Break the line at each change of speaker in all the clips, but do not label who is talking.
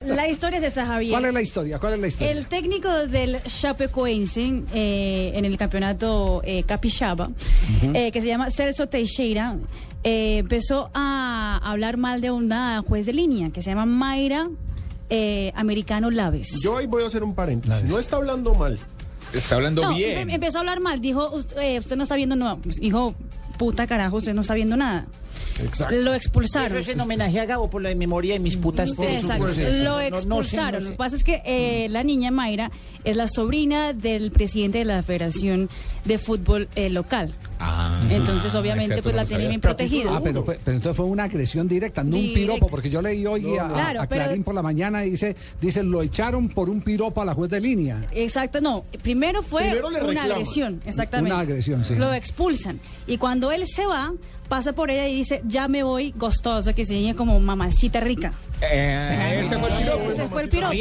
La historia es esa, Javier.
¿Cuál es la historia? ¿Cuál es la historia?
El técnico del Chapecoense eh, en el campeonato eh, Capixaba, eh, que se llama Celso Teixeira, eh, empezó a hablar mal de una juez de línea que se llama Mayra eh, Americano Laves.
Yo ahí voy a hacer un paréntesis. No está hablando mal.
Está hablando
No,
bien.
em- empezó a hablar mal. Dijo, "Ust- eh, usted no está viendo nada. Pues, hijo, puta carajo, usted no está viendo nada.
Exacto.
Lo expulsaron.
Eso es en homenaje a Gabo por la memoria de mis putas. tres.
Exacto.
Pues, No,
Lo
no, no,
expulsaron. Lo
sí, no,
que
sí.
pasa es que eh, la niña Mayra es la sobrina del presidente de la Federación de Fútbol eh, Local.
Ah,
Entonces,
ese
obviamente,
dato
pues
no
la
lo
tienen
sabía.
bien
Ah,
protegida.
pero, fue- pero entonces fue una agresión directa, no un
Directa.
piropo, porque yo leí hoy a, a-
Claro,
a
pero-
Clarín por la mañana y dice, dice, lo echaron por un piropo a la juez de línea.
Exacto, no. Primero fue
Primero le
una
reclama.
agresión, exactamente.
Una agresión, sí.
Lo expulsan. Y cuando él se va, pasa por ella y dice, ya me voy gostosa, que se llama como mamacita rica.
Eh, ese fue el piropo.
Ese fue el piropo.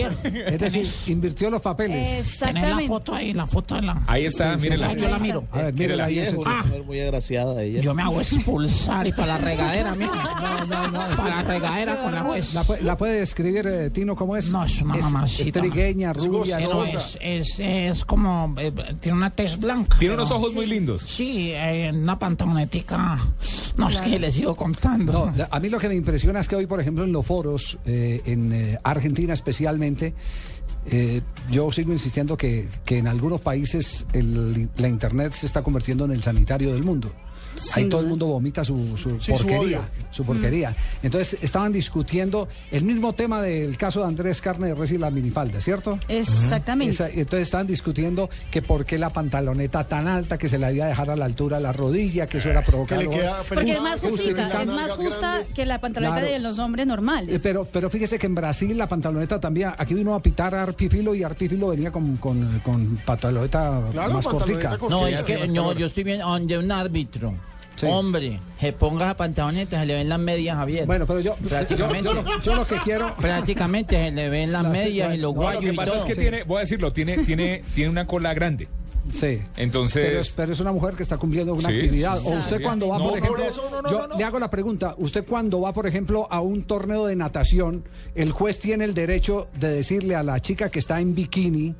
Es decir, invirtió los papeles.
Tenés la
Exactamente.
foto ahí, la foto de la.
Ahí está,
Sí, sí,
mírenla.
Ah, yo la
Ahí
miro.
A ver,
Mira
mírala
la
ahí.
vieja, ah.
eso.
una mujer muy agraciada ella.
Yo me hago expulsar y para la regadera, mijo. No, no, no. Para la regadera con la juez.
¿La, pue- la puede describir, eh, Tino, cómo es?
No, es una mamacita.
trigueña, rubia,
Eh, no,
hermosa.
es, es, es como. eh, tiene una tez blanca.
Tiene
pero-
unos ojos muy lindos.
Sí, eh, una pantalonetica. No, es que les sigo contando.
No, la- a mí lo que me impresiona es que hoy, por ejemplo, en los foros, eh, en eh, Argentina especialmente, eh, yo sigo insistiendo que, que en algunos países el- la Internet se está convirtiendo en el sanitario del mundo. Ahí todo el mundo vomita su, su
Sí, su odio.
porquería. Su, porquería. Entonces estaban discutiendo el mismo tema del caso de Andrés Carne de Res y la minifalda, ¿cierto?
Exactamente.
Esa- entonces estaban discutiendo que por qué la pantaloneta tan alta que se la había dejar a la altura de la rodilla, que eso era
Que
provocar.
le queda
Porque es más
que usted le
justa,
quedan
es más
nalgas
justa
grandes.
que la pantaloneta
Claro.
de los hombres
Eh,
normales.
Pero, pero fíjese que en Brasil la pantaloneta también, aquí vino a pitar a Arpifilo y Arpifilo venía con, con, con pantaloneta
Claro,
más
pantaloneta
cortica.
corta.
No,
Porque
es
hace
que
más
no,
calor.
yo estoy bien donde un árbitro.
Sí.
Hombre, se ponga esa pantaloneta, se le ven las medias, Javier.
Bueno, pero yo, yo,
prácticamente,
yo lo, yo lo que quiero...
prácticamente se le ven las medias y los
No,
No, lo
guayos
que
y
pasa es
todo.
que tiene, voy a decirlo, tiene, tiene, tiene una cola grande.
Sí.
Entonces-
Pero es, pero es una mujer que está cumpliendo una
Sí,
actividad.
sí,
O
sí,
usted
sí.
cuando va,
No,
por
por
ejemplo...
eso, no, no,
yo
no, no.
le hago la pregunta. Usted cuando va, por ejemplo, a un torneo de natación, el juez tiene el derecho de decirle a la chica que está en bikini...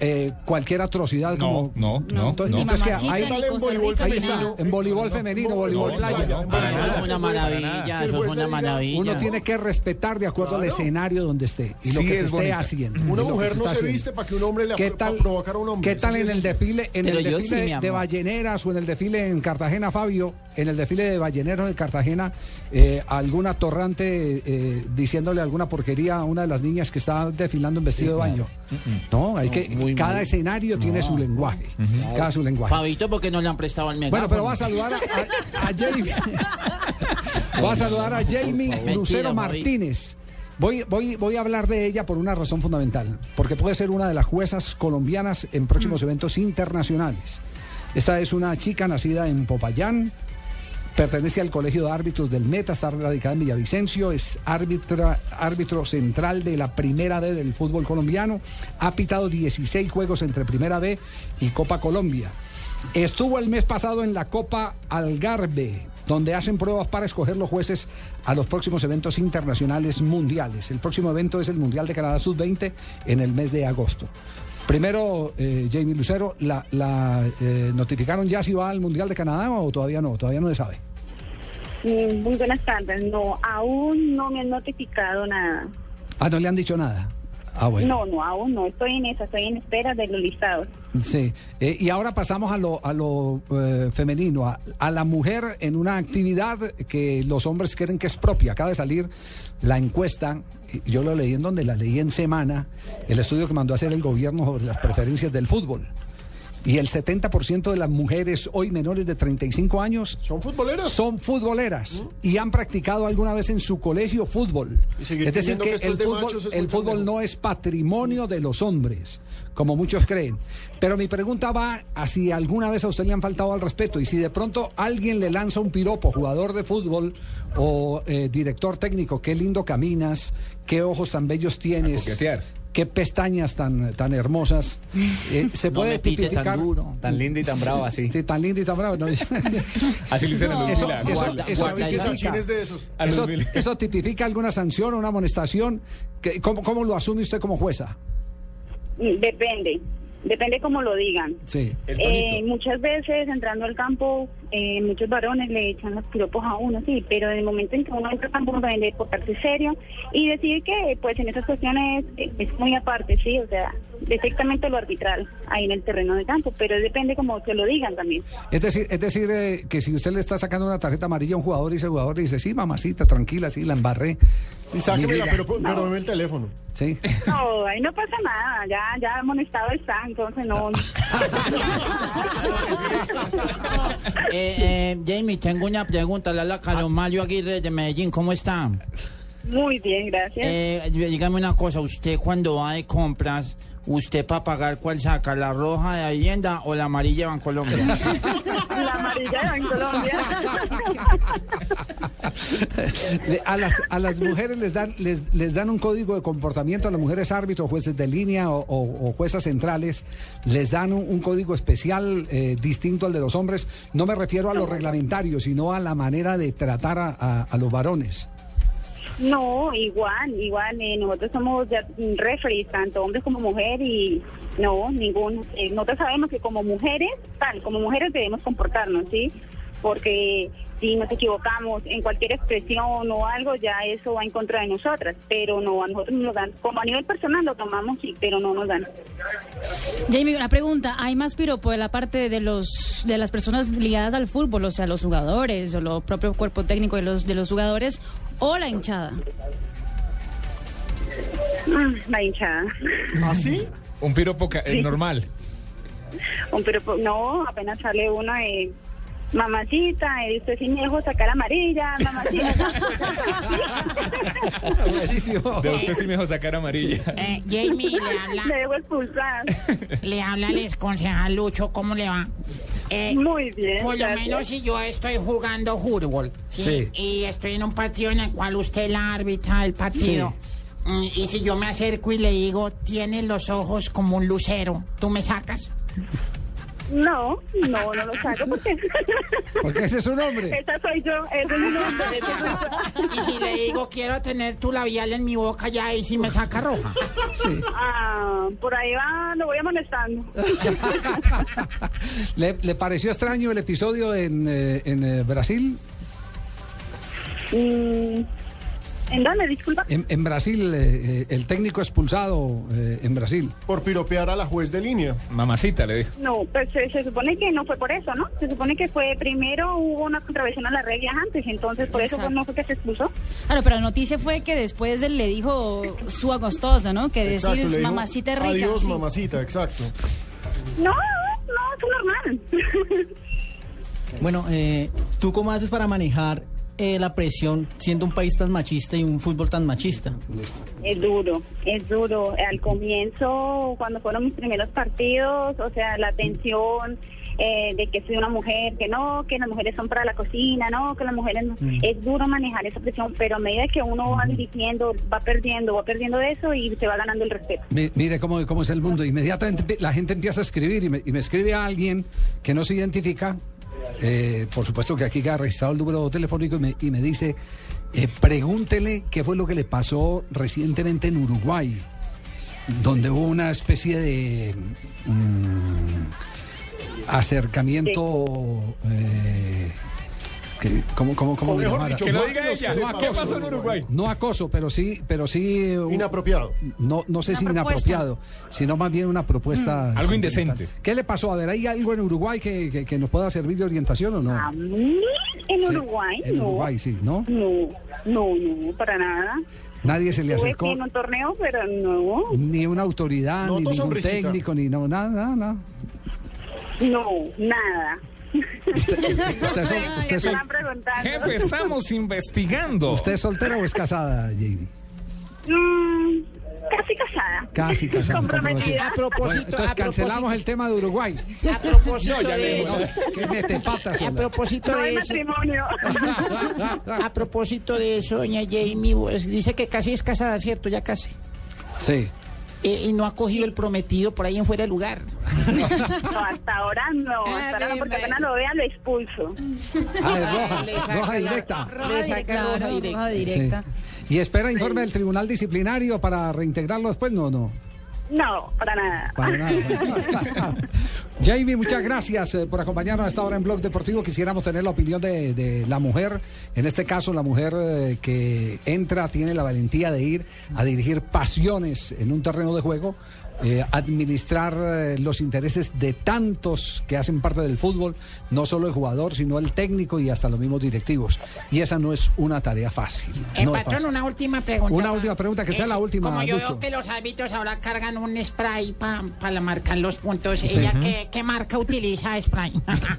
eh, cualquier atrocidad
No,
como
no, no.
Entonces-
no.
Ni
entonces, ¿qué?
pues mamacita, ni
Ahí-
ahí
cosa
está,
rica,
Ahí
ni
está,
nada.
en voleibol femenino, voleibol
no,
playa.
playa,
Ah,
para
Eso
nada.
es una maravilla, eso es una maravilla.
Uno tiene que respetar de acuerdo al
Claro.
escenario donde esté y lo
Sí,
que
es
se esté
bonita.
haciendo. y
Una
lo Mm, que
mujer
se
no
está
se
haciendo.
viste para que un hombre le
¿Qué
apro-
tal,
pa' provocar a un hombre.
¿Qué tal
Sí,
en
sí,
el
sí.
desfile, en
Pero
el
yo sí, mi
desfile de
amor.
balleneras o en el desfile en Cartagena, Fabio? En el desfile de balleneros de Cartagena, eh, alguna torrante eh, diciéndole alguna porquería a una de las niñas que está desfilando en vestido de baño. No, hay que
muy
cada
mal.
escenario tiene su lenguaje, cada su lenguaje.
Fabito, porque no le han prestado el megáfono?
Bueno, pero va a saludar a, a- a Jamie. Va a saludar a Jamie
favor.
Lucero
Mentira,
Martínez. Voy, voy, voy a hablar de ella por una razón fundamental, porque puede ser una de las juezas colombianas en próximos
Mm.
eventos internacionales. Esta es una chica nacida en Popayán, pertenece al Colegio de Árbitros del Meta, está radicada en Villavicencio, es árbitra- árbitro central de la Primera B del fútbol colombiano, ha pitado 16 juegos entre Primera B y Copa Colombia. Estuvo el mes pasado en la Copa Algarve, donde hacen pruebas para escoger los jueces a los próximos eventos internacionales mundiales. El próximo evento es el Mundial de Canadá Sub-20 en el mes de agosto. Primero, eh, Jamie Lucero, ¿la, la, eh, notificaron ya si va al Mundial de Canadá o todavía no? Todavía no se sabe.
Mm, Muy buenas tardes. No, aún no me han notificado nada.
Ah, no le han dicho nada. Ah, bueno.
No, no, aún no. Estoy en esa, estoy en espera de los listados.
Sí. Eh, y ahora pasamos a lo, a lo eh, femenino, a, a la mujer en una actividad que los hombres creen que es propia. Acaba de salir la encuesta, eh, yo lo leí en donde la leí en semana, el estudio que mandó a hacer el gobierno sobre las preferencias del fútbol. Y el 70% de las mujeres hoy menores de 35 años
¿Son futboleras?
son futboleras y han practicado alguna vez en su colegio fútbol.
Y
Es
seguir
decir,
creyendo
que,
que esto
el,
es de
fútbol,
machos es
el
un
fútbol
pendejo.
no es patrimonio de los hombres, como muchos creen. Pero mi pregunta va a si alguna vez a usted le han faltado al respeto y si de pronto alguien le lanza un piropo, jugador de fútbol o eh, director técnico, qué lindo caminas, qué ojos tan bellos tienes.
coquetear.
Qué pestañas tan, tan hermosas. Eh, se
No
puede
me pite
tipificar.
tan duro.
Tan linda y tan brava así.
Sí, tan linda y tan brava. ¿no? Eso-
Así le dicen a los
eso,
milagros.
Guarda-
eso
guarda el
tipifica-
Sanchín
es de esos.
A los
eso-
mil-
eso tipifica alguna sanción o una amonestación. ¿Qué- ¿Cómo, ¿Cómo lo asume usted como jueza?
Mm, Depende, depende como lo digan.
Sí.
El
Eh,
tonito.
muchas veces entrando al campo, eh, muchos varones le echan los piropos a uno, sí, pero en el momento en que uno entra al campo, uno debe de portarse serio y decir que, pues en esas cuestiones eh, es muy aparte, sí, o sea, directamente lo arbitral ahí en el terreno de campo, pero depende como se lo digan también.
Es decir, es decir eh, que si usted le está sacando una tarjeta amarilla a un jugador y ese jugador le dice, sí, mamacita, tranquila, sí, la embarré.
Y sáquemela,
Mire,
pero, pero dame el teléfono.
Sí.
No, ahí no pasa nada, ya, ya amonestado está, entonces no.
Eh, eh, Jamie, tengo una pregunta. Le habla Carlos Mario Aguirre de Medellín. ¿Cómo está?
Muy bien, gracias.
Eh, dígame una cosa. ¿Usted cuando va de compras, usted para pagar cuál saca? ¿La roja de la vivienda o la amarilla de Bancolombia?
La amarilla en Colombia.
Le- a, las, a las mujeres les dan, les, les dan un código de comportamiento, a las mujeres árbitros, jueces de línea o, o- o juezas centrales, les dan un, un código especial eh, distinto al de los hombres. No me refiero a los reglamentarios, sino a la manera de tratar a, a- a los varones.
No, igual, igual. eh, nosotros somos ya mm, referees, tanto hombres como mujeres, y no, ningún. eh, nosotros sabemos que como mujeres, tal, como mujeres debemos comportarnos, ¿sí? Porque si nos equivocamos en cualquier expresión o algo, ya eso va en contra de nosotras. Pero no, a nosotros nos dan, como a nivel personal lo tomamos, sí, pero no nos dan.
Jamie, una pregunta. ¿Hay más piropo de la parte de los de las personas ligadas al fútbol, o sea, los jugadores o los propio cuerpo técnico de los de los jugadores o la hinchada?
Ah, la hinchada.
¿Así?
Un piropo ca- eh, normal.
Un pero pues, no, apenas sale uno de mamacita, eh, usted sí me dejó sacar amarilla, mamacita.
Buenísimo.
De usted sí me dejó sacar amarilla.
Eh, Jamie, le
me
habla,
dejó expulsar.
le habla el ex concejal Lucho. ¿Cómo le va? Eh,
Muy bien.
Por lo
gracias.
menos si yo estoy jugando fútbol ¿sí? y estoy en un partido en el cual usted es la árbitra del partido mm, y si yo me acerco y le digo, tiene los ojos como un lucero, ¿tú me sacas?
No, no, no lo saco porque
Porque ese es un hombre.
esa soy yo, ese es mi nombre.
y si le digo, quiero tener tu labial en mi boca ya y si me saca roja.
Ah, por ahí va, lo voy amonestando.
¿Le, le pareció extraño el episodio en, eh, en, eh, Brasil?
Mm, ¿En dónde? Disculpa.
En, en Brasil, eh, eh, el técnico expulsado eh, en Brasil.
Por piropear a la juez de línea.
Mamacita le dijo.
No, pues se, se supone que no fue por eso, ¿no? Se supone que fue primero hubo una contravención a las reglas antes, entonces por eso fue- no fue que se expulsó.
Claro, Ah, pero la noticia fue que después él le dijo su agostosa, ¿no? Que
Exacto, le
decir
dijo,
mamacita rica.
Adiós,
sí.
mamacita, exacto.
No, no, fue normal.
Bueno, eh, ¿tú cómo haces para manejar eh, la presión siendo un país tan machista y un fútbol tan machista?
Es duro, es duro. Al comienzo, cuando fueron mis primeros partidos, o sea, la tensión eh, de que soy una mujer, que no, que las mujeres son para la cocina, no, que las mujeres no. Es duro manejar esa presión, pero a medida que uno va dirigiendo, va perdiendo, va perdiendo eso y se va ganando el respeto.
Mi- Mire cómo, cómo es el mundo. Inmediatamente pi- la gente empieza a escribir y me, y me escribe a alguien que no se identifica. Eh, por supuesto que aquí queda registrado el número telefónico y me, y me dice, eh, pregúntele qué fue lo que le pasó recientemente en Uruguay, donde hubo una especie de mm, acercamiento... eh, que- ¿Cómo, cómo, cómo
O
le
mejor
llamara?
dicho,
Que lo
no-
diga
los que
ella.
le
¿Qué pasó en Uruguay?
No acoso, pero sí, pero sí eh, un-
Inapropiado.
no, no sé
Una
si
propuesta.
inapropiado, sino más bien una propuesta.
Mm.
Algo
sentimental.
indecente.
¿Qué le pasó? A ver, ¿hay algo en Uruguay que, que- que nos pueda servir de orientación o no?
Ah,
A mí, en
Sí,
Uruguay,
en
no.
Uruguay, sí, ¿no?
No, no, no, para nada.
Nadie se le
Estuve
acercó,
sí, en un torneo, pero no,
ni una autoridad,
No,
ni
tu
ningún
sonrisita.
técnico, ni no, nada, nada, nada.
no, nada.
Usted es, sol- usted
Me
es sol-
están preguntando.
Jefe, estamos investigando.
¿usted es soltera o es casada, Jamie?
Mm, casi casada.
Casi casada.
Comprometida.
A propósito,
Bueno, entonces
a propósito,
cancelamos el tema de Uruguay.
a propósito
No, ya
de
le
eso.
Que mete patas.
A
hola.
propósito
No hay
de eso.
matrimonio.
A propósito de eso, doña Jamie, pues, dice que casi es casada, ¿cierto? Ya casi.
Sí.
eh, y no ha cogido el prometido por ahí en fuera de lugar.
No, hasta ahora no,
Ah,
hasta ahora no,
bien,
porque
bien.
apenas lo vea lo expulso.
Ah, es roja,
Le saca
roja
la-
directa.
Le saca roja directa.
roja directa.
Sí. Y espera informe del tribunal disciplinario para reintegrarlo después, no, no.
No, para nada.
Para nada. Jamie, muchas gracias eh, por acompañarnos a esta hora en Blog Deportivo. Quisiéramos tener la opinión de, de la mujer, en este caso la mujer eh, que entra, tiene la valentía de ir a dirigir pasiones en un terreno de juego, eh, administrar eh, los intereses de tantos que hacen parte del fútbol, no solo el jugador, sino el técnico y hasta los mismos directivos. Y esa no es una tarea fácil.
Eh,
no es
patrón,
fácil.
una última pregunta.
Una última pregunta, que sea la última,
Como yo
Lucho.
veo que los árbitros ahora cargan un spray para marcar los puntos, ¿ella qué, qué marca utiliza de spray?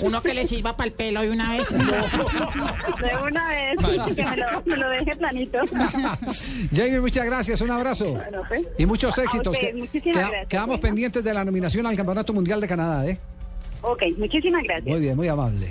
Uno que le sirva para el pelo de una vez.
De una vez, que me lo, me lo deje planito.
Jamie, muchas gracias, un abrazo.
Bueno, pues.
Y muchos
A
éxitos.
ustedes,
Que-
muchísimas
queda-
gracias,
Quedamos
bueno.
pendientes de la nominación al Campeonato Mundial de Canadá, ¿eh?
Ok, muchísimas gracias.
Muy bien, muy amable.